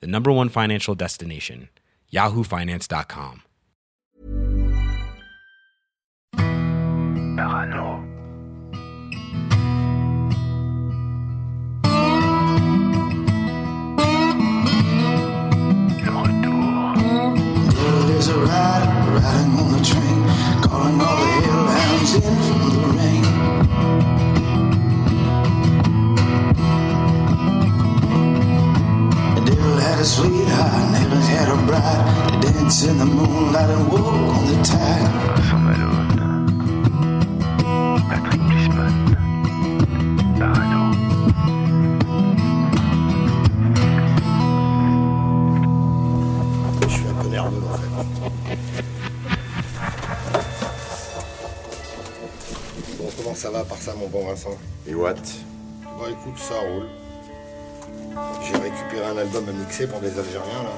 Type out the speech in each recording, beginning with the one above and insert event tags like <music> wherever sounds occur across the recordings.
the number one financial destination, yahoofinance.com. Parano. Le retour. Well, there's a rider riding on the train, calling all the hill hounds in from the rain. The devil had a sweetheart, and heaven had a bride. They dance in the moonlight and walk on the tide. Vincent Malone. Patrick Plisman. Parano. Je suis un peu nerveux en fait. Bon, comment ça va par ça, mon bon Vincent Et what Bah écoute, ça roule. J'ai récupéré un album à mixer pour des Algériens, là.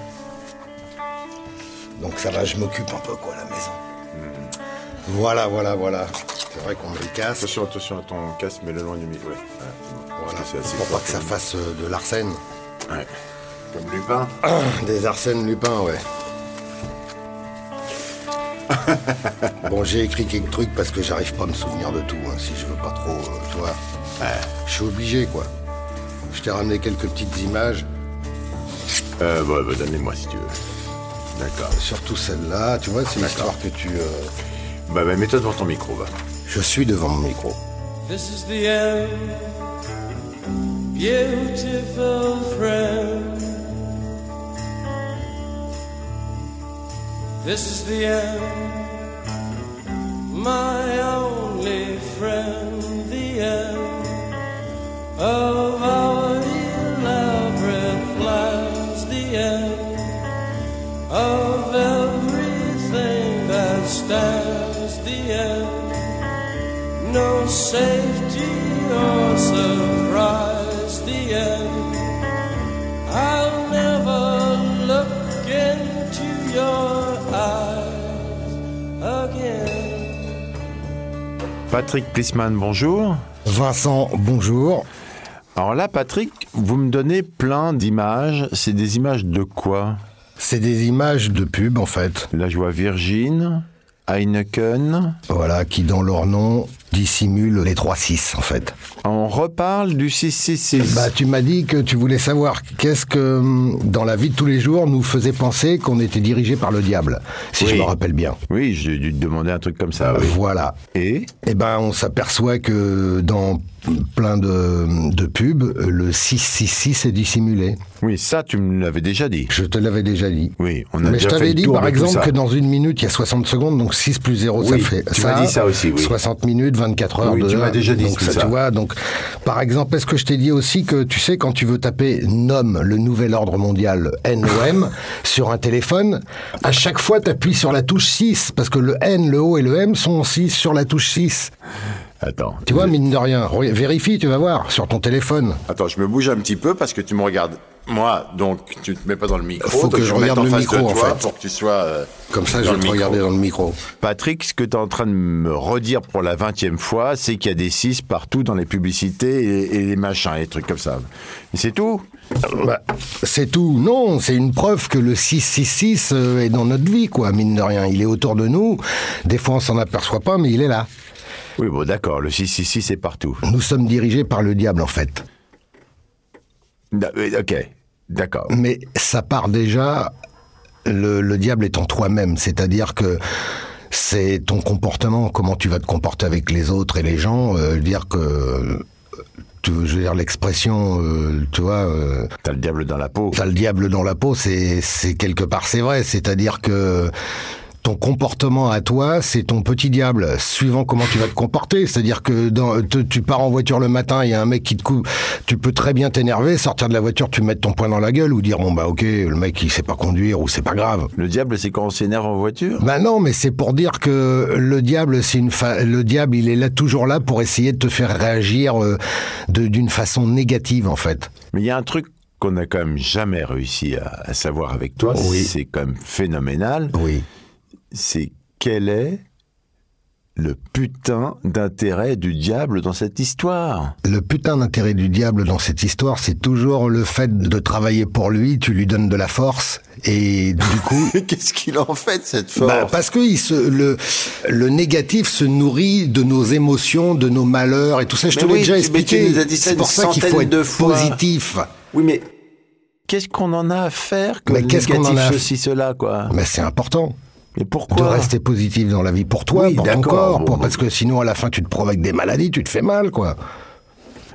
Donc ça va, je m'occupe un peu, quoi, à la maison. Hmm. Voilà, voilà, voilà. C'est vrai qu'on me le casse. Attention, attention à ton casque, mais le loin du micro. Ouais, voilà, c'est Voilà, bon. Parce que c'est assez pour fort pas que ça fasse euh, de l'arsène. comme- Ouais. Comme Lupin. Des Arsène Lupin, <laughs> ouais. bon, j'ai écrit quelques trucs parce que j'arrive pas à me souvenir de tout, hein, si je veux pas trop, euh, tu vois. Je suis obligé, quoi. Je t'ai ramené quelques petites images, Euh, bah, bah, donnez-moi si tu veux. D'accord. surtout celle-là, tu vois, c'est l'histoire que tu... euh, Bah, bah, mets-toi devant ton micro, va. Je suis devant mon micro. This is the end, beautiful friend. This is the end, my only friend, the end of our elaborate plans, the end of everything that stands, the end no safety or surprise. The end. I'll never look into your eyes again. Patrick Plisman, bonjour. Vincent, bonjour. Alors là, Patrick, vous me donnez plein d'images. C'est des images de quoi C'est des images de pub, en fait. Là, je vois Virgin, Heineken. Voilà, qui dans leur nom dissimulent les 3-6, en fait. On reparle du 666. Bah, tu m'as dit que tu voulais savoir qu'est-ce que, hum, dans la vie de tous les jours, nous faisait penser qu'on était dirigé par le diable, si je Oui. me rappelle bien. Oui, j'ai dû te demander un truc comme ça. Ah oui. Voilà. Et Eh ben, on s'aperçoit que dans plein de, de pubs, le 666 est dissimulé. Oui, ça, tu me l'avais déjà dit. Je te l'avais déjà dit. Oui, on a Mais je déjà fait t'avais le dit, tour par de tout exemple, ça. que dans une minute, il y a 60 secondes, donc 6 plus 0, Oui, ça fait tu ça. m'as dit ça aussi, oui. 60 minutes, 24 heures, Oui, deux tu m'as heures. déjà dit donc, tout ça. Tu vois, donc, par exemple, est-ce que je t'ai dit aussi que, tu sais, quand tu veux taper NOM, le nouvel ordre mondial, NOM, <laughs> sur un téléphone, à chaque fois, tu appuies sur la touche 6, parce que le N, le O et le M sont en 6 sur la touche 6. Attends. Tu vois, mine de rien, re- vérifie, tu vas voir, sur ton téléphone. Attends, je me bouge un petit peu parce que tu me regardes. Moi, donc, tu te mets pas dans le micro. Faut donc que je me mette regarde en le face micro, de en toi fait. Pour que tu sois. euh, Comme ça, je dans vais le te micro. regarder dans le micro. Patrick, ce que tu es en train de me redire pour la vingtième fois, c'est qu'il y a des 6 partout dans les publicités et, et les machins, et les trucs comme ça. Mais c'est tout Bah, c'est tout. Non, c'est une preuve que le 666 euh, est dans notre vie, quoi, mine de rien. Il est autour de nous. Des fois, on s'en aperçoit pas, mais il est là. Oui, bon, d'accord, le 666, c'est partout. Nous sommes dirigés par le diable, en fait. Da- euh, Ok, d'accord. Mais ça part déjà, le, le diable est en toi-même. C'est-à-dire que c'est ton comportement, comment tu vas te comporter avec les autres et les gens. euh, dire que, euh, tu, je veux dire, l'expression, euh, tu vois... euh, T'as le diable dans la peau. T'as le diable dans la peau, c'est c'est quelque part c'est vrai, c'est-à-dire que ton comportement à toi, c'est ton petit diable, suivant comment tu vas te comporter. C'est-à-dire que dans, te- tu pars en voiture le matin, il y a un mec qui te coupe, tu peux très bien t'énerver, sortir de la voiture, tu mets ton poing dans la gueule ou dire bon bah ok, le mec il sait pas conduire ou c'est pas grave. Le diable, c'est quand on s'énerve en voiture Bah non, mais c'est pour dire que le diable, c'est une fa- le diable, il est là toujours là pour essayer de te faire réagir euh, de- d'une façon négative en fait. Mais il y a un truc qu'on n'a quand même jamais réussi à, à savoir avec toi, Oui. c'est quand même phénoménal, Oui. c'est quel est le putain d'intérêt du diable dans cette histoire Le putain d'intérêt du diable dans cette histoire, c'est toujours le fait de travailler pour lui, tu lui donnes de la force, et <laughs> du coup... Qu'est-ce qu'il en fait, cette force Bah, parce que il se, le, le négatif se nourrit de nos émotions, de nos malheurs et tout ça. Je Mais te l'ai oui, déjà tu- mais tu expliqué. nous as dit ça C'est une pour ça qu'il faut centaine être de fois. positif. Oui, mais qu'est-ce qu'on en a à faire que Mais le qu'est-ce qu'on négatif en a à- ceci, cela, quoi Mais c'est important. Mais de pourquoi rester positif dans la vie pour toi, Oui, pour ton d'accord, corps, bon, pour- bon. parce que sinon à la fin tu te provoques des maladies, tu te fais mal quoi.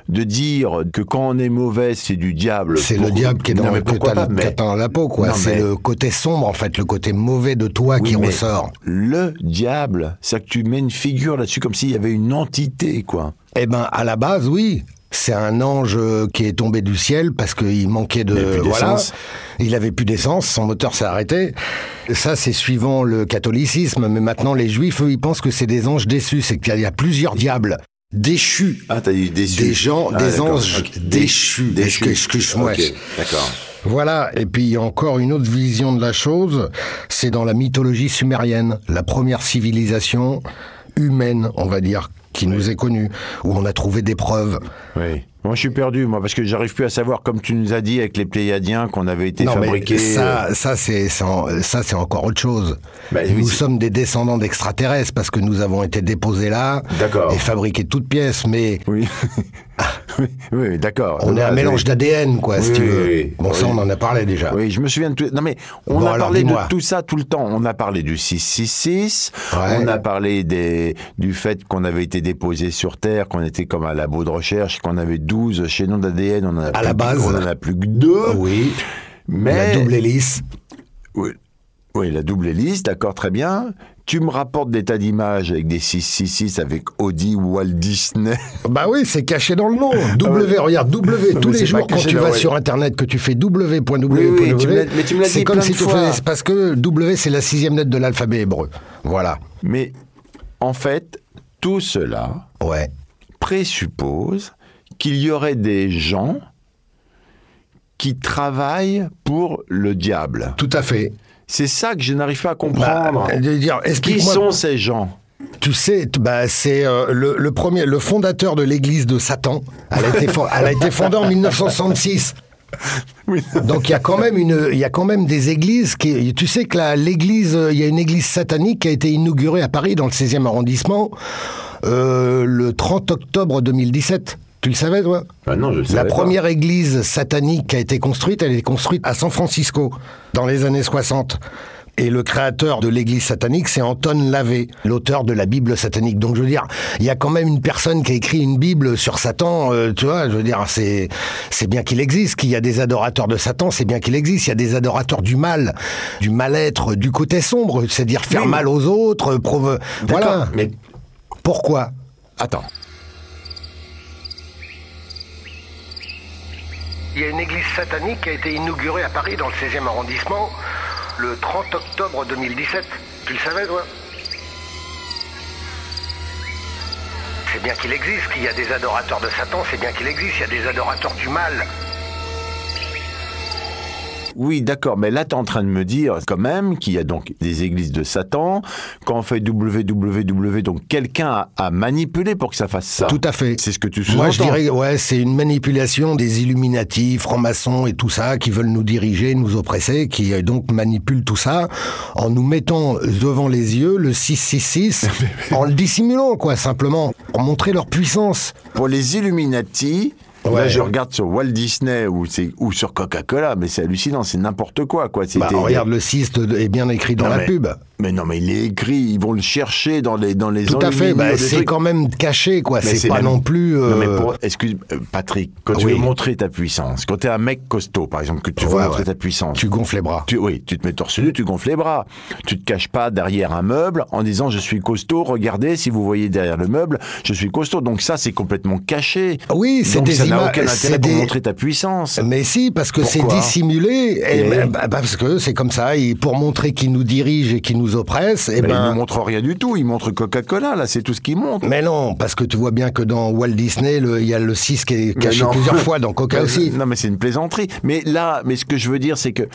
De dire que quand on est mauvais, c'est du diable. C'est Pour- le diable qui est dans, Non, mais que pourquoi t'as- pas, mais- que t'as dans la peau quoi. Non, C'est mais- le côté sombre en fait, le côté mauvais de toi Oui, qui mais ressort. Le diable, c'est que tu mets une figure là-dessus comme s'il y avait une entité, quoi. Eh ben, à la base, oui. C'est un ange euh, qui est tombé du ciel parce qu'il manquait de Il avait plus voilà, d'essence. il avait plus d'essence, son moteur s'est arrêté. Ça, c'est suivant le catholicisme, mais maintenant les juifs, eux, ils pensent que c'est des anges déçus, c'est qu'il y a plusieurs diables déchus. Ah, t'as eu déçu. Des gens, Ah, des d'accord. anges Ok. déchus. Excuse- Déchus. excuse-moi. Ok, D'accord. Voilà, et puis il y a encore une autre vision de la chose, c'est dans la mythologie sumérienne, la première civilisation humaine, on va dire, qui nous est connue, où on a trouvé des preuves. Oui. Moi, je suis perdu, moi, parce que j'arrive plus à savoir, comme tu nous as dit avec les Pléiadiens, qu'on avait été mais fabriqués. euh, ça, ça c'est c'est en- ça c'est encore autre chose. Bah, oui, nous c'est- sommes des descendants d'extraterrestres parce que nous avons été déposés là D'accord. et fabriqués toutes pièces, mais Oui. <laughs> oui, oui, d'accord. on est Ah, un oui. mélange d'ADN, quoi, si Oui, tu oui, veux. oui. Bon, ça, Oui. on en a parlé déjà. Oui, je me souviens de tout. Non, mais on Bon, a alors, parlé de dis-moi. tout ça tout le temps. On a parlé du 666. Ouais. On a parlé des, du fait qu'on avait été déposé sur Terre, qu'on était comme un labo de recherche, qu'on avait 12 chaînons d'ADN. On en a À la base. Ah On en a plus que deux. Oui. Mais. La double hélice. Oui. Oui, la double hélice, d'accord, très bien. Tu me rapportes des tas d'images avec des 666 avec Audi ou Walt Disney. <laughs> Bah oui, c'est caché dans le nom. Ah W, regarde, W. Mais Tous c'est les pas jours, quand caché tu dans- vas ouais. sur Internet, que tu fais W.W. Oui, oui, tu me l'as- mais tu me l'as c'est dit comme plein si de tu fois. faisais. Parce que W, c'est la sixième lettre de l'alphabet hébreu. Voilà. Mais en fait, tout cela Ouais. présuppose qu'il y aurait des gens qui travaillent pour le diable. Tout à fait. C'est ça que je n'arrive pas à Bah, comprendre. de dire, qui explique-moi. sont ces gens Tu sais, t- bah, c'est euh, le, le premier, le fondateur de l'église de Satan. Elle a été, fon- elle a été fondée en 1966. Donc il y a quand même une, il y a quand même des églises qui, tu sais que la- l'église, euh, il y a une église satanique qui a été inaugurée à Paris dans le 16e arrondissement euh, le 30 octobre 2017. Tu le savais, toi non, je la première église satanique qui a été construite, elle est construite à San Francisco dans les années 60. Et le créateur de l'église satanique, c'est Anton Lavey, l'auteur de la Bible satanique. Donc je veux dire, il y a quand même une personne qui a écrit une Bible sur Satan, euh, tu vois, je veux dire, c'est c'est bien qu'il existe, qu'il y a des adorateurs de Satan, c'est bien qu'il existe, il y a des adorateurs du mal, du mal-être, du côté sombre, c'est-à-dire faire Oui, mais- mal aux autres, provo- voilà. mais Pourquoi attends. Il y a une église satanique qui a été inaugurée à Paris dans le 16e arrondissement le 30 octobre 2017. Tu le savais, toi C'est bien qu'il existe, qu'il y a des adorateurs de Satan, c'est bien qu'il existe, il y a des adorateurs du mal. Oui, d'accord, mais là, tu es en train de me dire quand même qu'il y a donc des églises de Satan. Quand on fait WWW, donc quelqu'un a, a manipulé pour que ça fasse ça. Tout à fait. C'est ce que tu Moi, je sous-entends. dirais, ouais, c'est une manipulation des Illuminati, francs-maçons et tout ça, qui veulent nous diriger, nous oppresser, qui euh, donc manipulent tout ça en nous mettant devant les yeux le <laughs> 666, en le dissimulant, quoi, simplement, pour montrer leur puissance. Pour les Illuminati, Là, Ouais. je regarde sur Walt Disney ou, c'est- ou sur Coca-Cola, mais c'est hallucinant, c'est n'importe quoi. quoi. Bah, C'était- regarde, le 6 de- est bien écrit dans Non, la mais- pub. Mais non, mais il est écrit, ils vont le chercher dans les dans les Tout à fait, enluminures bah, des c'est trucs. quand même caché, quoi. Mais C'est c'est pas même- non plus. Non, mais euh, pour- excuse, euh, Patrick, quand tu Oui. veux montrer ta puissance, quand t'es un mec costaud, par exemple, que tu veux Ouais, montrer ouais. ta puissance, Tu gonfles les bras. tu, oui, tu te mets torse nu, tu gonfles les bras. Tu te caches pas derrière un meuble en disant je suis costaud, regardez, si vous voyez derrière le meuble, je suis costaud. Donc ça, c'est complètement caché. Ah Oui, c'est Donc des ça n'a ima- aucun intérêt c'est pour des- Eh montrer ta puissance. Mais si, parce que c'est Pourquoi Eh dissimulé. Et Et- ben, bah, parce que c'est comme ça. Et pour montrer qu'ils nous dirigent et qu'ils nous oppressent, et Mais ben. il nous montre rien du tout, il montre Coca-Cola, là, c'est tout ce qu'il montre. Mais non, parce que tu vois bien que dans Walt Disney, le- il y a le 6 qui est Mais caché non. plusieurs fois, dans Coca <laughs> Mais- aussi. Non, mais c'est une plaisanterie. Mais là, mais ce que je veux dire, c'est que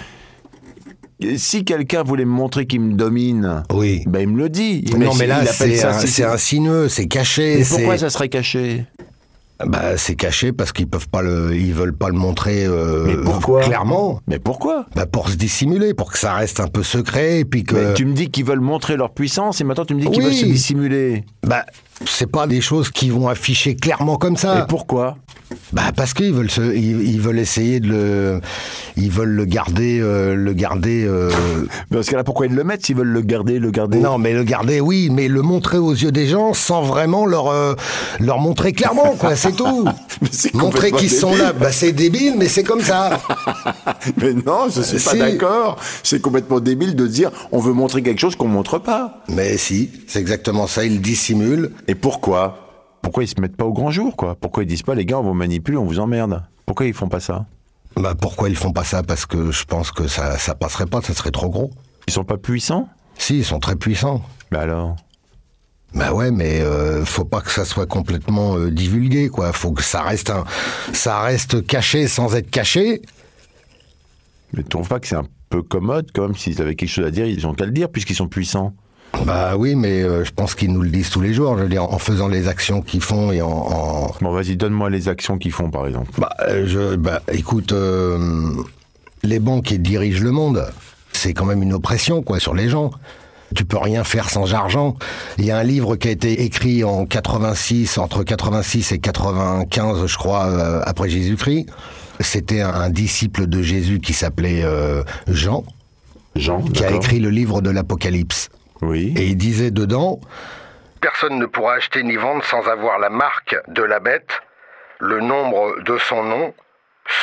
si quelqu'un voulait me montrer qu'il me domine, Oui. ben il me le dit. Il- non, mais il là, appelle c'est ça- un- c'est insinueux, c'est caché. Mais pourquoi c'est- ça serait caché Bah, c'est caché parce qu'ils peuvent pas le, ils veulent pas le montrer euh, Mais pourquoi clairement. Mais pourquoi Bah, pour se dissimuler, pour que ça reste un peu secret, et puis que. Mais Tu me dis qu'ils veulent montrer leur puissance et maintenant tu me dis qu'ils Oui. veulent se dissimuler. Bah, c'est pas des choses qui vont afficher clairement comme Mais ça. pourquoi Bah, parce qu'ils veulent se, ils, ils veulent essayer de le, ils veulent le garder, euh, le garder. <laughs> euh, Parce que là, pourquoi ils le mettent s'ils veulent le garder, le garder non, mais le garder, oui, mais le montrer aux yeux des gens sans vraiment leur, euh, leur montrer clairement, quoi. C'est tout. <laughs> Mais c'est montrer complètement qu'ils sont débile. là, bah, c'est débile, mais c'est comme ça. <laughs> Mais non, je suis pas Si. d'accord. C'est complètement débile de dire on veut montrer quelque chose qu'on montre pas. mais si, c'est exactement ça. Ils dissimulent. Et pourquoi Pourquoi ils se mettent pas au grand jour, quoi Pourquoi ils disent pas les gars, on vous manipule, on vous emmerde Pourquoi ils font pas ça Bah pourquoi ils font pas ça Parce que je pense que ça ça passerait pas, ça serait trop gros. Ils sont pas puissants Si, ils sont très puissants. Bah alors Bah ouais, mais euh, faut pas que ça soit complètement euh, divulgué, quoi. Faut que ça reste un, ça reste caché sans être caché. Mais tu trouves pas que c'est un peu commode quand même S'ils avaient quelque chose à dire, ils ont qu'à le dire puisqu'ils sont puissants. Bah oui, mais euh, je pense qu'ils nous le disent tous les jours. Je veux dire, en faisant les actions qu'ils font et en, en- Bon, vas-y, donne-moi les actions qu'ils font, par exemple. bah euh, je, bah écoute, euh, les banques qui dirigent le monde, c'est quand même une oppression, quoi, sur les gens. Tu peux rien faire sans argent. Il y a un livre qui a été écrit en 86, entre 86 et 95, je crois, euh, après Jésus-Christ. C'était un, un disciple de Jésus qui s'appelait euh, Jean, Jean, qui a d'accord. écrit le livre de l'Apocalypse. Oui. Et il disait dedans Personne ne pourra acheter ni vendre sans avoir la marque de la bête, le nombre de son nom,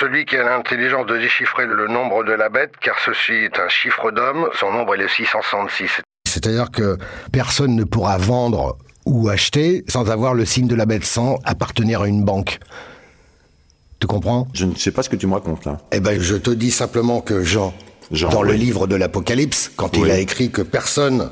celui qui a l'intelligence de déchiffrer le nombre de la bête, car ceci est un chiffre d'homme, son nombre est le 666. C'est-à-dire que personne ne pourra vendre ou acheter sans avoir le signe de la bête, sans appartenir à une banque. Tu comprends Je ne sais pas ce que tu me racontes là. eh ben, je te dis simplement que Jean, Jean, dans le oui. livre de l'Apocalypse, quand Oui. il a écrit que personne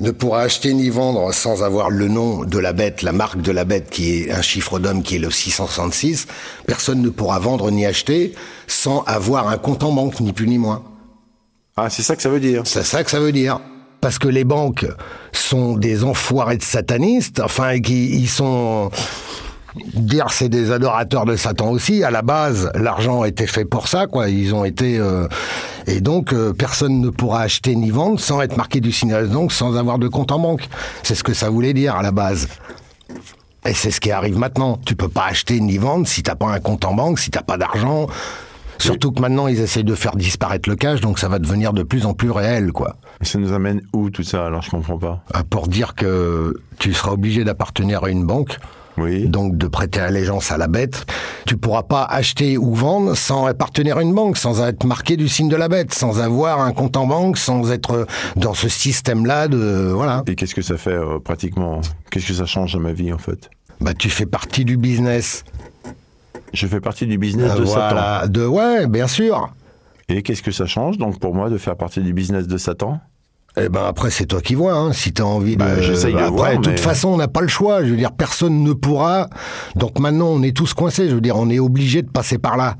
ne pourra acheter ni vendre sans avoir le nom de la bête, la marque de la bête, qui est un chiffre d'homme qui est le 666, personne ne pourra vendre ni acheter sans avoir un compte en banque, ni plus ni moins. Ah, c'est ça que ça veut dire. C'est ça que ça veut dire. Parce que les banques sont des enfoirés de satanistes, enfin, qui ils sont. Dire c'est des adorateurs de Satan aussi. À la base, l'argent a été fait pour ça, quoi. Ils ont été. euh, Et donc, euh, personne ne pourra acheter ni vendre sans être marqué du signal, donc sans avoir de compte en banque. C'est ce que ça voulait dire à la base. Et c'est ce qui arrive maintenant. Tu peux pas acheter ni vendre si t'as pas un compte en banque, si t'as pas d'argent. Surtout que maintenant ils essayent de faire disparaître le cash, donc ça va devenir de plus en plus réel, quoi. Ça nous amène où tout ça alors Je comprends pas. Euh, Pour dire que tu seras obligé d'appartenir à une banque, Oui. donc de prêter allégeance à la bête. Tu pourras pas acheter ou vendre sans appartenir à une banque, sans être marqué du signe de la bête, sans avoir un compte en banque, sans être dans ce système-là de voilà. Et qu'est-ce que ça fait euh, pratiquement Qu'est-ce que ça change à ma vie en fait Bah tu fais partie du business. Je fais partie du business de Satan. Ah, Voilà. De ouais, bien sûr. Et qu'est-ce que ça change donc pour moi de faire partie du business de Satan Eh ben après c'est toi qui vois hein, si t'as envie Bah, de. j'essaye de après, voir, de mais- toute façon on n'a pas le choix. Je veux dire personne ne pourra. Donc maintenant on est tous coincés. Je veux dire on est obligé de passer par là.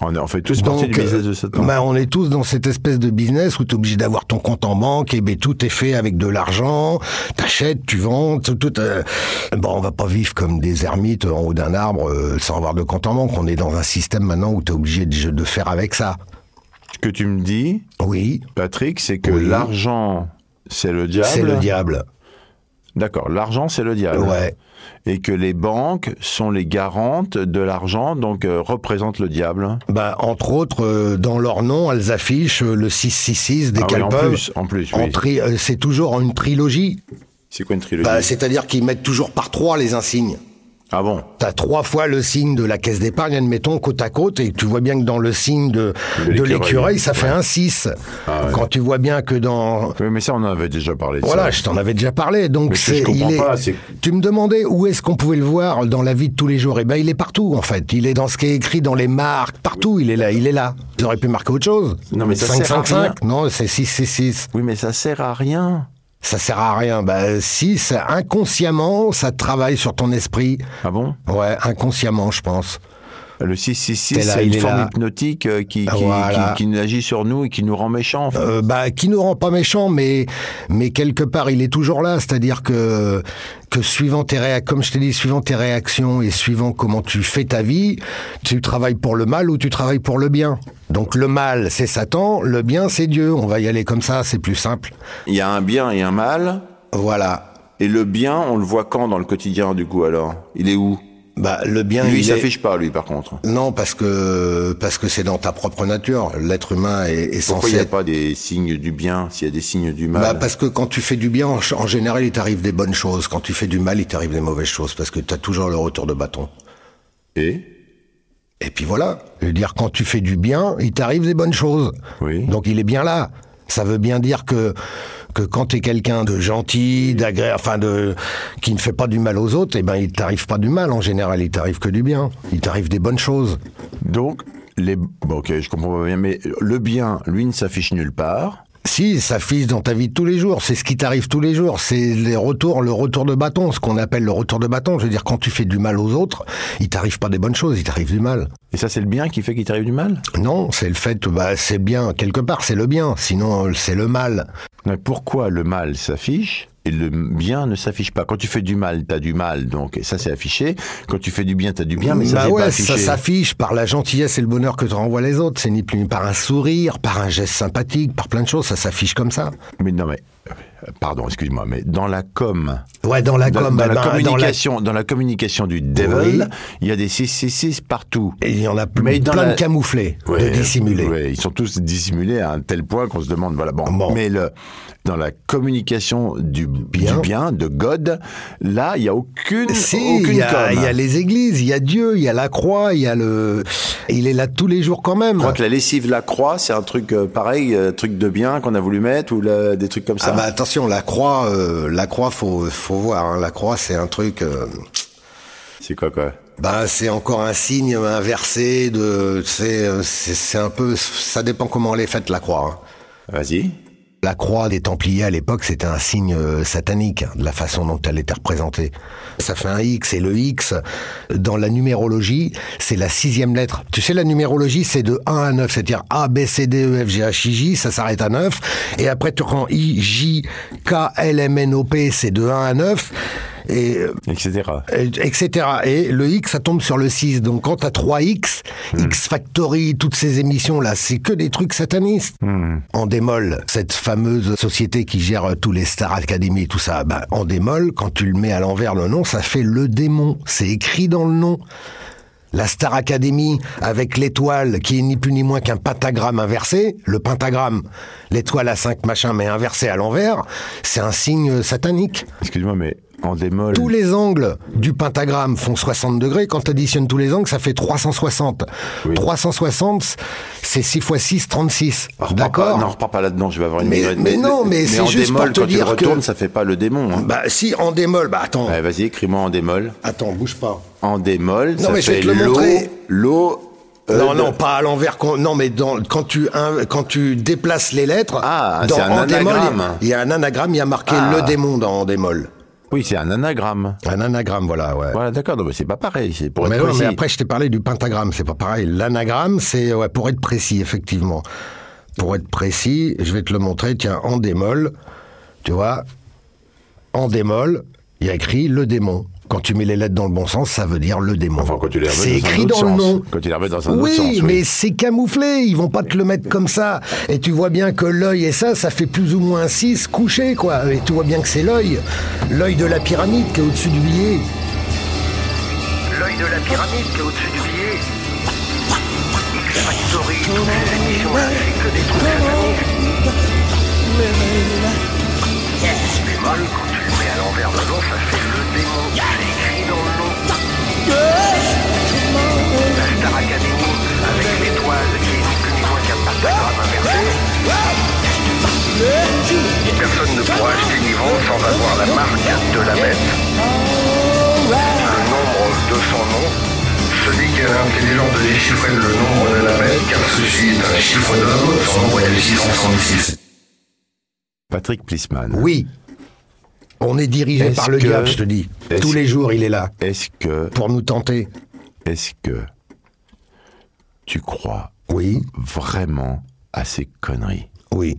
On est en fait tous partie Donc du business euh, de Satan. bah, on est tous dans cette espèce de business où t'es obligé d'avoir ton compte en banque et ben tout est fait avec de l'argent. T'achètes, tu vends, tout. tout euh, Bon on va pas vivre comme des ermites en haut d'un arbre euh, sans avoir de compte en banque. On est dans un système maintenant où t'es obligé de, de faire avec ça. Ce que tu me dis, Oui, Patrick, c'est que Oui. l'argent, c'est le diable. Ah c'est le diable. D'accord. L'argent, c'est le diable. Ouais. Et que les banques sont les garantes de l'argent, donc euh, représentent le diable. Bah, entre autres, euh, dans leur nom, elles affichent euh, le 666 dès Ah oui, qu'elles en peuvent. plus, en plus, oui. En tri- euh, c'est toujours une trilogie. C'est quoi une trilogie Bah, c'est-à-dire qu'ils mettent toujours par trois les insignes. Ah bon T'as trois fois le signe de la caisse d'épargne, admettons, côte à côte, et tu vois bien que dans le signe de, De Ah de l'écureuil. l'écureuil, ça fait un 6. Quand tu vois bien que dans... Oui, mais ça, on en avait déjà parlé. de Voilà, ça. je t'en avais déjà parlé, donc Mais ce que c'est... je comprends il est- pas, c'est- Tu me demandais où est-ce qu'on pouvait le voir dans la vie de tous les jours. Eh ben, il est partout, en fait. Il est dans ce qui est écrit, dans les marques, partout, il est là, il est là. Tu aurais pu marquer autre chose. Non, mais ça sert à 555, non, c'est 666. Oui, mais ça sert à rien. Ça sert à rien. Bah, si, ça- inconsciemment, ça travaille sur ton esprit. Ah bon Ouais, inconsciemment, je pense. Le T'es 666, là, c'est il une est forme là. hypnotique euh, qui, qui, Voilà. qui- qui agit sur nous et qui nous rend méchants. enfin. Euh, bah, qui nous rend pas méchant, mais mais quelque part il est toujours là. C'est-à-dire que que suivant tes réa- comme je t'ai dit, suivant tes réactions et suivant comment tu fais ta vie, tu travailles pour le mal ou tu travailles pour le bien. Donc le mal c'est Satan, le bien c'est Dieu. On va y aller comme ça, c'est plus simple. Il y a un bien et un mal. Voilà. Et le bien, on le voit quand dans le quotidien, du coup, alors Il est où Bah le bien. Lui, il il est- s'affiche pas, lui, par contre. Non parce que parce que c'est dans ta propre nature. L'être humain est, est Pourquoi censé il n'y a être pas des signes du bien s'il y a des signes du mal Bah, parce que quand tu fais du bien, en, en général, il t'arrive des bonnes choses. Quand tu fais du mal, il t'arrive des mauvaises choses parce que t'as toujours le retour de bâton. Et Et puis voilà. Je veux dire, quand tu fais du bien, il t'arrive des bonnes choses. Oui. Donc il est bien là. Ça veut bien dire que, que quand t'es quelqu'un de gentil, d'agréable, enfin de, qui ne fait pas du mal aux autres, eh ben, il t'arrive pas du mal en général. Il t'arrive que du bien. Il t'arrive des bonnes choses. Donc, les... bon, ok, je comprends pas bien, mais le bien, lui, ne s'affiche nulle part. Si, ça fise dans ta vie de tous les jours. C'est ce qui t'arrive tous les jours. C'est les retours, le retour de bâton, ce qu'on appelle le retour de bâton. Je veux dire, quand tu fais du mal aux autres, il t'arrive pas des bonnes choses, il t'arrive du mal. Et ça, c'est le bien qui fait qu'il t'arrive du mal Non, c'est le fait, bah, c'est bien, quelque part, c'est le bien. Sinon, euh, c'est le mal. Mais pourquoi le mal s'affiche et le bien ne s'affiche pas Quand tu fais du mal, t'as du mal, donc ça, c'est affiché. Quand tu fais du bien, t'as du bien, mais ça, Bah c'est ouais, pas affiché. ça s'affiche par la gentillesse et le bonheur que te renvoient les autres. C'est ni plus ni par un sourire, par un geste sympathique, par plein de choses. Ça s'affiche comme ça. Mais non, mais... Pardon, excuse-moi, mais dans la com, Ouais, dans la dans, com, dans bah, bah, la dans la- communication, dans la communication du devil, Oui. il y a des 666 partout. il y en a plein, Mais dans plein la- de camouflés, de Ouais, dissimulés. ouais, ils sont tous dissimulés à un tel point qu'on se demande, voilà, bon. Bon. Mais le, dans la communication du bien, Bien. du bien de God, là, il n'y a aucune, Si, Mm. aucune il y, a- com. il y a les églises, il y a Dieu, il y a la croix, il y a le. Il est là tous les jours quand même. Je crois que la lessive la croix, c'est un truc euh, pareil, euh, truc de bien qu'on a voulu mettre ou le- des trucs comme Ah ça. bah attention, la croix, euh, la croix, faut faut voir. hein. La croix, c'est un truc. euh, C'est quoi quoi bah c'est encore un signe inversé de. C'est euh, c'est c'est un peu. Ça dépend comment elle est faite la croix. hein. Vas-y. La croix des Templiers à l'époque, c'était un signe euh, satanique, hein, de la façon dont elle était représentée. Ça fait un X, et le X, dans la numérologie, c'est la sixième lettre. Tu sais, la numérologie, c'est de 1 à 9, c'est-à-dire A, B, C, D, E, F, G, H, I, J, ça s'arrête à 9. Et après, tu prends I, J, K, L, M, N, O, P, c'est de 1 à 9. Et euh, Etc. et- etc. Et le X, ça tombe sur le 6. Donc quand t'as 3X, X Factory, toutes ces émissions-là, c'est que des trucs satanistes. En démol, cette fameuse société qui gère euh, tous les Star Academy et tout ça, bah, en démol, quand tu le mets à l'envers le nom, ça fait le démon. C'est écrit dans le nom. La Star Academy avec l'étoile qui est ni plus ni moins qu'un pentagramme inversé, le pentagramme, l'étoile à 5 machins mais inversé à l'envers, c'est un signe euh, satanique. Excuse-moi, mais en démol. Tous les angles du pentagramme font 60 degrés. Quand tu additionnes tous les angles, ça fait 360. 360, c'est 6 x 6, 36. On repart pas- Ah, bah, Non, on D'accord repart pas là-dedans, je vais avoir une Mais- migraine. mais non, mais c'est en juste démol, pour te quand tu le dire retournes, que- ça fait pas le démon. hein. Bah si, en démol, bah attends, Ouais, vas-y, écris-moi en démol. attends, bouge pas. En démol, ça mais je vais fait te le l'eau, montrer. l'eau. euh, non, de- non, pas à l'envers. qu'on- Non, mais dans, quand, tu, un- quand tu déplaces les lettres, Ah, dans c'est un en démol, anagramme. il y a un anagramme, il y a marqué Ah. le démon dans en démol. Oui, c'est un anagramme. Un anagramme, voilà, ouais. Voilà, d'accord. Non, mais c'est pas pareil. C'est pour mais, être ouais, précis. mais après, je t'ai parlé du pentagramme, c'est pas pareil. L'anagramme, c'est ouais, pour être précis, effectivement. Pour être précis, je vais te le montrer. Tiens, en démol, tu vois, en démol, il y a écrit le démon. Quand tu mets les lettres dans le bon sens, ça veut dire le démon. Enfin, quand tu les remets c'est dans un écrit autre dans le sens. nom. Quand tu les remets dans un autre oui, sens, oui. mais c'est camouflé. Ils vont pas te le mettre comme ça. Et tu vois bien que l'œil et ça, ça fait plus ou moins un 6 couché, quoi. Et tu vois bien que c'est l'œil. L'œil de la pyramide qui est au-dessus du billet. L'œil de la pyramide qui est au-dessus du billet. X-Factory, toutes ces émissions ainsi que des trucs sataniques. C'est mal quand tu le mets à l'envers le nom, ça fait le démon. C'est écrit dans le nom. La Star Academy, avec l'étoile qui est ni plus ni moins qu'un pentagramme inversé. Personne ne pourra acheter ni vendre sans avoir la marque de la bête le nombre de son nom. Celui qui a l'intelligence de déchiffrer le nombre de la bête, car ceci est un chiffre d'homme, son nombre est le 636. Patrick Plissman. Oui. On est dirigé Est-ce par le que- diable, je te dis. est-ce- Tous les jours, il est là Est-ce que, pour nous tenter. est-ce que tu crois Oui, vraiment à ces conneries oui.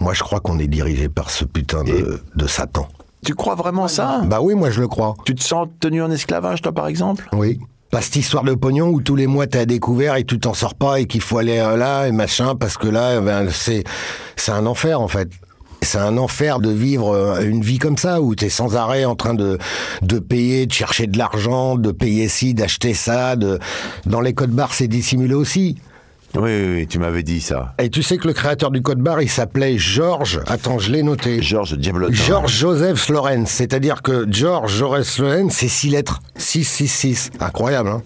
Moi, je crois qu'on est dirigé par ce putain de, de Satan. Tu crois vraiment ça Bah oui, moi, je le crois. Tu te sens tenu en esclavage, toi, par exemple Oui. Pas cette histoire de pognon où tous les mois t'es à découvert et tu t'en sors pas et qu'il faut aller euh, là et machin parce que là, ben, c'est, c'est un enfer en fait. C'est un enfer de vivre euh, une vie comme ça où t'es sans arrêt en train de, de payer, de chercher de l'argent, de payer ci, d'acheter ça. De... Dans les codes barres, c'est dissimulé aussi. Oui, oui, oui, tu m'avais dit ça. Et tu sais que le créateur du code barre, il s'appelait Georges. Attends, je l'ai noté. Georges Diablotin. George Joseph Slorenz, c'est-à-dire que George Joseph Slorenz, c'est six lettres. 666. Incroyable, hein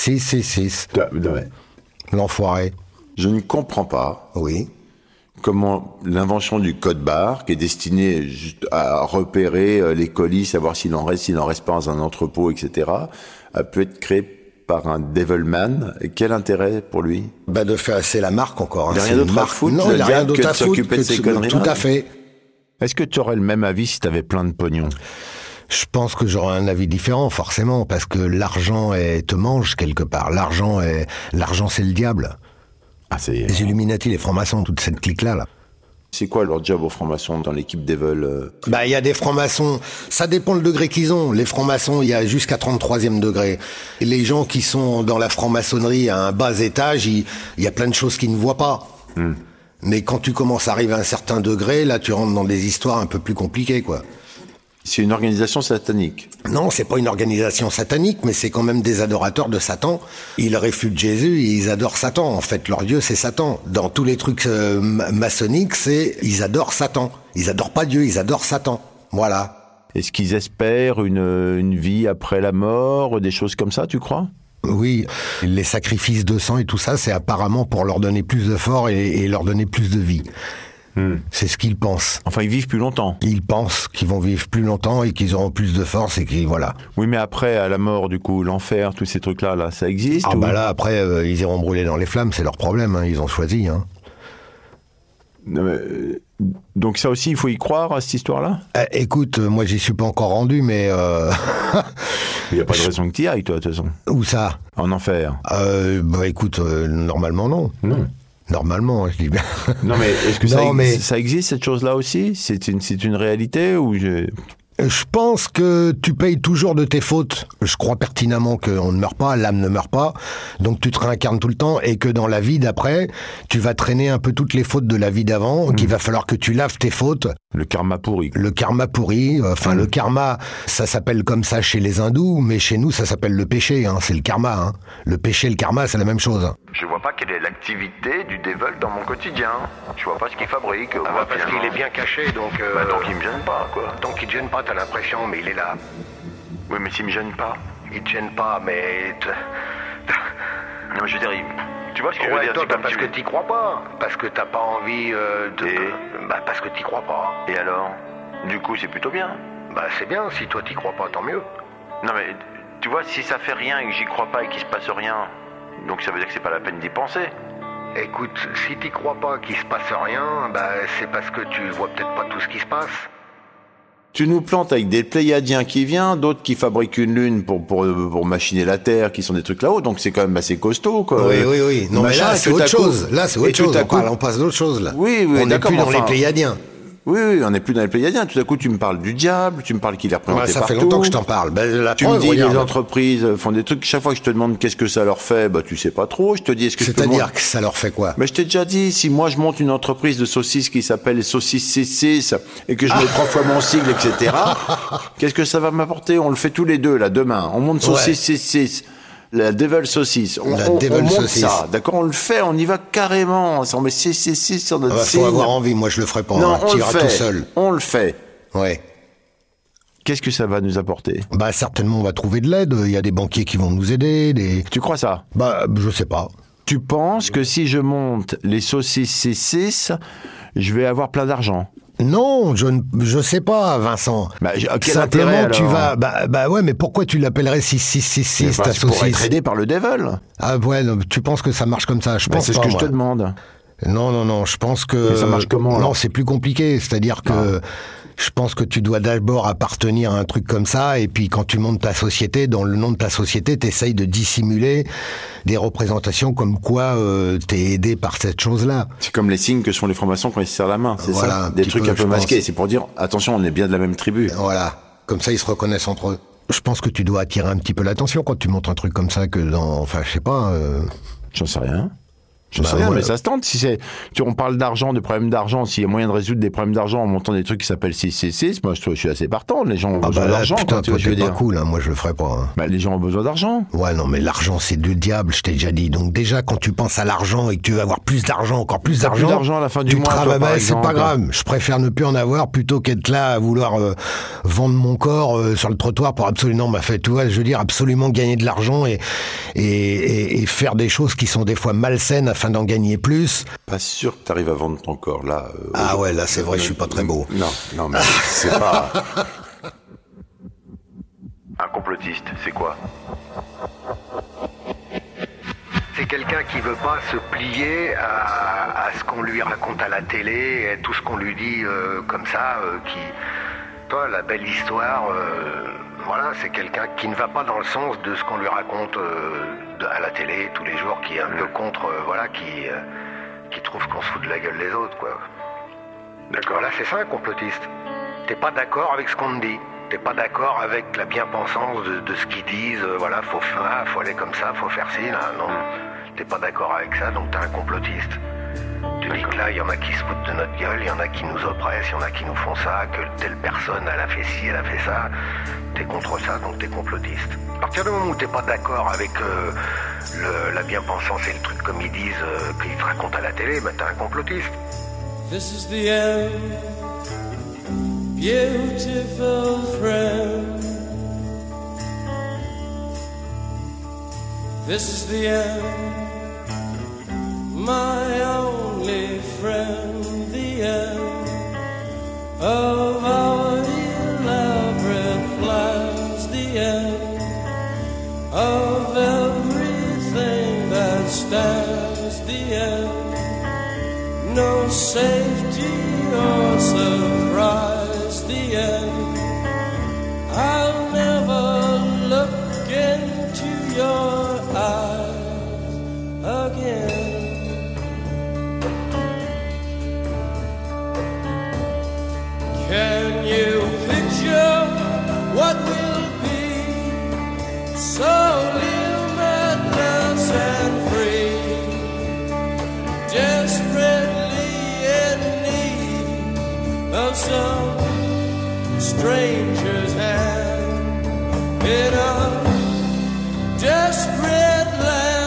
666. Toi, non, mais L'enfoiré. Je ne comprends pas Oui. comment l'invention du code barre, qui est destinée juste à repérer euh, les colis, savoir s'il en reste, s'il en reste pas dans un entrepôt, etc., a pu être créée par un devilman. Et quel intérêt pour lui Bah de fait, c'est la marque encore. hein. Il a rien C'est une d'autre à marque. foutre, Non, le il a rien diable, que d'autre à de foutre. s'occuper de que ces conneries-là. Tout à fait. Est-ce que tu aurais le même avis si tu avais plein de pognon Je pense que j'aurais un avis différent, forcément, parce que l'argent est- te mange quelque part. L'argent est, l'argent c'est le diable. Ah, c'est... Les Illuminati, les francs-maçons, toute cette clique-là, là. C'est quoi leur job aux francs-maçons dans l'équipe Devil euh Bah, il y a des francs-maçons. Ça dépend le degré qu'ils ont. Les francs-maçons, il y a jusqu'à 33e degré. Et les gens qui sont dans la franc-maçonnerie à un bas étage, il il y a plein de choses qu'ils ne voient pas. Mais quand tu commences à arriver à un certain degré, là, tu rentres dans des histoires un peu plus compliquées, quoi. C'est une organisation satanique. Non, c'est pas une organisation satanique, mais c'est quand même des adorateurs de Satan. Ils réfutent Jésus et ils adorent Satan. En fait, leur dieu, c'est Satan. Dans tous les trucs euh, ma- maçonniques, c'est ils adorent Satan. Ils adorent pas Dieu, ils adorent Satan. Voilà. Est-ce qu'ils espèrent une, euh, une vie après la mort, des choses comme ça, tu crois Oui, les sacrifices de sang et tout ça, c'est apparemment pour leur donner plus de force et, et leur donner plus de vie. C'est ce qu'ils pensent. Enfin, ils vivent plus longtemps. Ils pensent qu'ils vont vivre plus longtemps et qu'ils auront plus de force et qu'ils voilà. Oui, mais après, à la mort, du coup, l'enfer, tous ces trucs-là, là, ça existe Ah ou- bah là après euh, ils iront brûler dans les flammes, c'est leur problème. hein, ils ont choisi. hein. Non, mais, euh, Donc ça aussi, il faut y croire à cette histoire-là Eh, écoute, euh, moi j'y suis pas encore rendu, mais euh, <laughs> Il n'y a pas de raison que tu y ailles, toi, de toute façon. où ça En enfer. Euh, Bah écoute, euh, normalement non. Non. Normalement, hein, je dis bien. Non, mais est-ce que ça, Non, ex- mais- ça existe, cette chose-là aussi C'est une, c'est une réalité ou je- Je pense que tu payes toujours de tes fautes. Je crois pertinemment qu'on ne meurt pas, l'âme ne meurt pas. Donc tu te réincarnes tout le temps et que dans la vie d'après, tu vas traîner un peu toutes les fautes de la vie d'avant, Mmh. qu'il va falloir que tu laves tes fautes. le karma pourri Le karma pourri, euh, Mmh. enfin le karma, ça s'appelle comme ça chez les hindous, mais chez nous ça s'appelle le péché, hein, c'est le karma. hein. Le péché, le karma, c'est la même chose. Je vois pas quelle est l'activité du Devil dans mon quotidien. Je vois pas ce qu'il fabrique. Ah bah, parce qu'il est bien caché, donc... Bah, donc il me gêne pas, quoi. Tant qu'il te gêne pas, t'as l'impression, mais il est là. Oui, mais s'il me gêne pas Il te gêne pas, mais... Non, je veux dire, Tu vois ce que je veux dire parce que t'y crois pas. Parce que t'as pas envie de... Bah, parce que t'y crois pas. Et alors Du coup, c'est plutôt bien. Bah, c'est bien. Si toi, t'y crois pas, tant mieux. Non, mais... Tu vois, si ça fait rien et que j'y crois pas et qu'il se passe rien... Donc ça veut dire que c'est pas la peine d'y penser. Écoute, si t'y crois pas qu'il se passe rien, bah, c'est parce que tu vois peut-être pas tout ce qui se passe. Tu nous plantes avec des Pléiadiens qui viennent, d'autres qui fabriquent une lune pour, pour, pour machiner la Terre, qui sont des trucs là-haut, donc c'est quand même assez costaud, quoi. Oui, oui, oui. Non, mais Machin, Euh, bah là, et c'est tout à autre coup- chose. Là, c'est et autre tout chose. à On, coup- parle- on passe d'autre chose, là. Oui, oui, On n'est d'accord, plus dans mais enfin- les Pléiadiens. Oui, oui, on n'est plus dans les pléiadiens. Tout à coup, tu me parles du diable, tu me parles qu'il est représenté Bah, ça partout. fait longtemps que je t'en parle. Ben, la Tu me preuve, dis les regarde. entreprises font des trucs. Chaque fois que je te demande qu'est-ce que ça leur fait, bah tu sais pas trop. Je te dis est-ce que je peux C'est-à-dire mon- que ça leur fait quoi Mais je t'ai déjà dit si moi je monte une entreprise de saucisses qui s'appelle Saucisse C6 et que je mets trois fois mon sigle, etc. <laughs> qu'est-ce que ça va m'apporter On le fait tous les deux là demain. On monte Saucisse C6. La Devil Saucisse. On, La on- on Devil monte Saucisse. ça. D'accord, on le fait, on y va carrément. On met C6 sur Il notre sigle. Ah bah, faut avoir envie. Moi, je le ferai pas. Non, hein. on Tu le iras fait. tout seul. On le fait. Ouais. Qu'est-ce que ça va nous apporter Bah certainement, on va trouver de l'aide. Il y a des banquiers qui vont nous aider. Des. Tu crois ça Bah je sais pas. Tu penses que si je monte les saucisses C6, je vais avoir plein d'argent Non, je ne je sais pas, Vincent. Bah, j'ai- quel Simplement, intérêt, tu alors vas. Bah, bah ouais, mais pourquoi tu l'appellerais 6666 ta Parce que Pour être saucisse aidé par le devil. Ah ouais, non, tu penses que ça marche comme ça Je Bah, pense c'est ce pas, que je moi. te demande. Non, non, non, je pense que. Mais ça marche comment, alors Ah. Non, c'est plus compliqué. C'est-à-dire que je pense que tu dois d'abord appartenir à un truc comme ça, et puis quand tu montes ta société, dans le nom de ta société, t'essayes de dissimuler des représentations comme quoi euh, t'es aidé par cette chose-là. C'est comme les signes que sont les francs-maçons quand ils se serrent la main, c'est Voilà, ça un Des petit trucs peu, un peu je masqués. pense. C'est pour dire, attention, on est bien de la même tribu. Voilà. Comme ça, ils se reconnaissent entre eux. Je pense que tu dois attirer un petit peu l'attention quand tu montres un truc comme ça que dans. Enfin, je sais pas. euh, J'en sais rien. J'en Bah, sais rien, voilà. mais ça se tente. Si c'est, tu- on parle d'argent, de problèmes d'argent, s'il y a moyen de résoudre des problèmes d'argent en montant des trucs qui s'appellent 666, moi je, je suis assez partant. Les gens ont Ah besoin bah là, d'argent. putain, quoi, tu toi, vois ce que t'es je veux pas dire. cool, hein, moi je le ferais pas. hein. Bah, les gens ont besoin d'argent. Ouais, non, mais l'argent, c'est du diable, je t'ai déjà dit. Donc déjà, quand tu penses à l'argent et que tu vas avoir plus d'argent, encore plus T'as plus d'argent, d'argent à la fin du tu mois, toi, travailles- par bah, c'est exemple. pas grave. Je préfère ne plus en avoir plutôt qu'être là à vouloir euh, vendre mon corps euh, sur le trottoir pour absolument, bah, fait, tu vois, je veux dire, absolument gagner de l'argent et, et, et, et faire des choses qui sont des fois malsaines afin d'en gagner plus. Pas sûr que t'arrives à vendre ton corps là. euh, Ah ouais, là, c'est vrai, je suis pas très beau. Non, non, mais c'est pas. <laughs> Un complotiste, c'est quoi C'est quelqu'un qui veut pas se plier à, à ce qu'on lui raconte à la télé, et tout ce qu'on lui dit euh, comme ça, euh, qui. Toi, la belle histoire, euh, voilà, c'est quelqu'un qui ne va pas dans le sens de ce qu'on lui raconte euh, de- à la télé tous les jours, qui est un peu contre, euh, voilà, qui, euh, qui trouve qu'on se fout de la gueule des autres, quoi. D'accord, là, c'est ça un complotiste. T'es pas d'accord avec ce qu'on te dit. T'es pas d'accord avec la bien-pensance de, de ce qu'ils disent. euh, voilà, faut faire, faut aller comme ça, faut faire ci. Là, non, t'es pas d'accord avec ça, donc t'es un complotiste. Tu dis que là, il y en a qui se foutent de notre gueule, il y en a qui nous oppressent, il y en a qui nous font ça, que telle personne, elle a fait ci, elle a fait ça. T'es contre ça, donc t'es complotiste. À partir du moment où t'es pas d'accord avec euh, le- la bien-pensance et le truc comme ils disent, euh, qu'ils te racontent à la télé, ben t'es un complotiste. This is the end, beautiful friend. This is the end, my only friend, the end of our dear love replies, the end of everything that stands, the end no safety or surprise. The end. I'll never look into your eyes again. Can you picture what will be? So live madness and free desperately in need of some stranger's hand in a desperate land.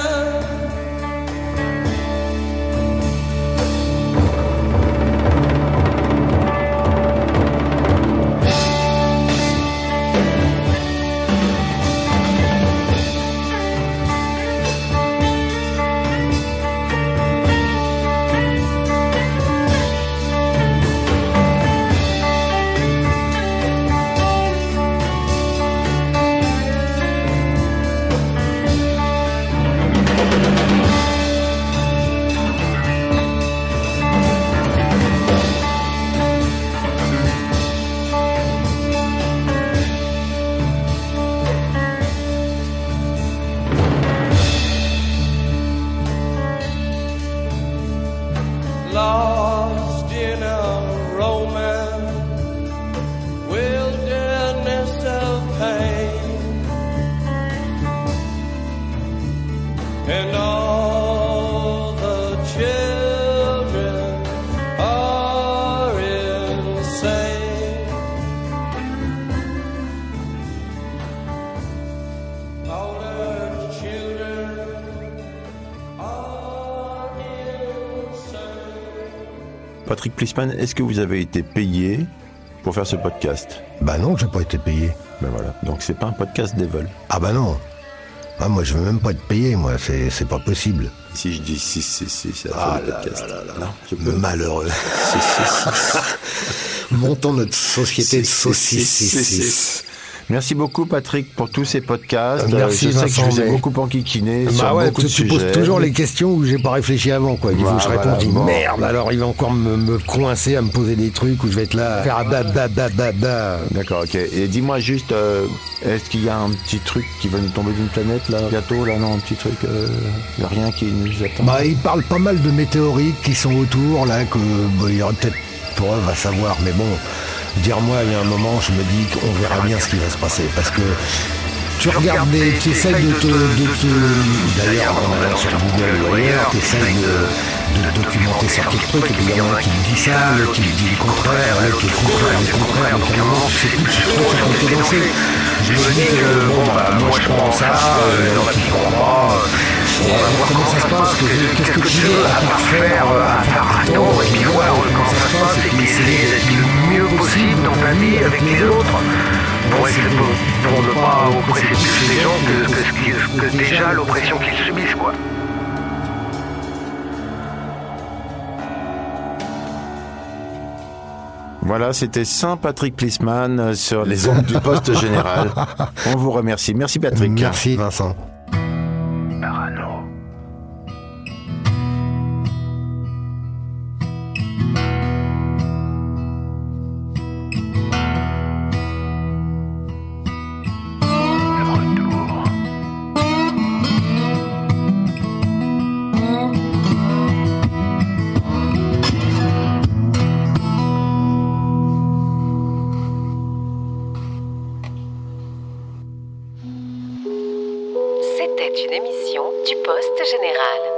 Patrick Plisman, est-ce que vous avez été payé pour faire ce podcast Bah non, j'ai pas été payé. Ben voilà, donc c'est pas un podcast d'Evol. Ah bah non. Ah, moi, je veux même pas être payé, moi. C'est c'est pas possible. Si je dis si, si, si, c'est Ah un là podcast. là là là. Non, je peux- Malheureux. Si, si, si. <laughs> Montons notre société de saucisses. saucisses. Merci beaucoup Patrick pour tous ces podcasts. Euh, merci, je sais que je Vincent, vous ai mais- beaucoup enquiquiné Bah sur ouais, beaucoup tu, de tu poses sujets. toujours les questions où j'ai pas réfléchi avant, quoi. Il faut que je Voilà, réponde, je dis, bon. merde, alors il va encore me, me coincer à me poser des trucs où je vais être là, à faire ah, bah, bah, bah, bah, bah. D'accord, ok. Et dis-moi juste, euh, est-ce qu'il y a un petit truc qui va nous tomber d'une planète là bientôt là Non, un petit truc, euh, y a rien qui nous attend. Bah, il parle pas mal de météorites qui sont autour, là, que, bah, il y aura peut-être preuve à savoir, mais bon, dire moi, il y a un moment, je me dis qu'on verra bien ce qui va se passer, parce que tu regardes des, tu essayes de te, de te- d'ailleurs, en allant sur Google ou ailleurs, t'essayes de, de documenter certains trucs, et puis il y en a un qui te dit ça, l'autre qui te dit le contraire, l'autre qui dit le contraire, le contraire, donc à un moment, tu sais plus, tu te trouves sur quoi te lancer. Je me dis que, bon, bah, moi, je prends ça, euh, l'autre qui prend pas, euh, et alors, comment ça se passe, que- qu'est-ce que tu veux, à part faire, euh, à faire un tour, et puis voir euh, comment ça se passe, et puis essayer d'être le mieux possible dans ta vie avec les autres, pour être pour, pour ne pas oppresser plus les gens que, que ce qui- que déjà l'oppression qu'ils subissent, quoi. Voilà, c'était Saint Patrick Plisman euh, sur les ondes du poste général. On vous remercie. Merci Patrick. Merci, Vincent. Parano. Le retour. C'était une émission du Poste Général.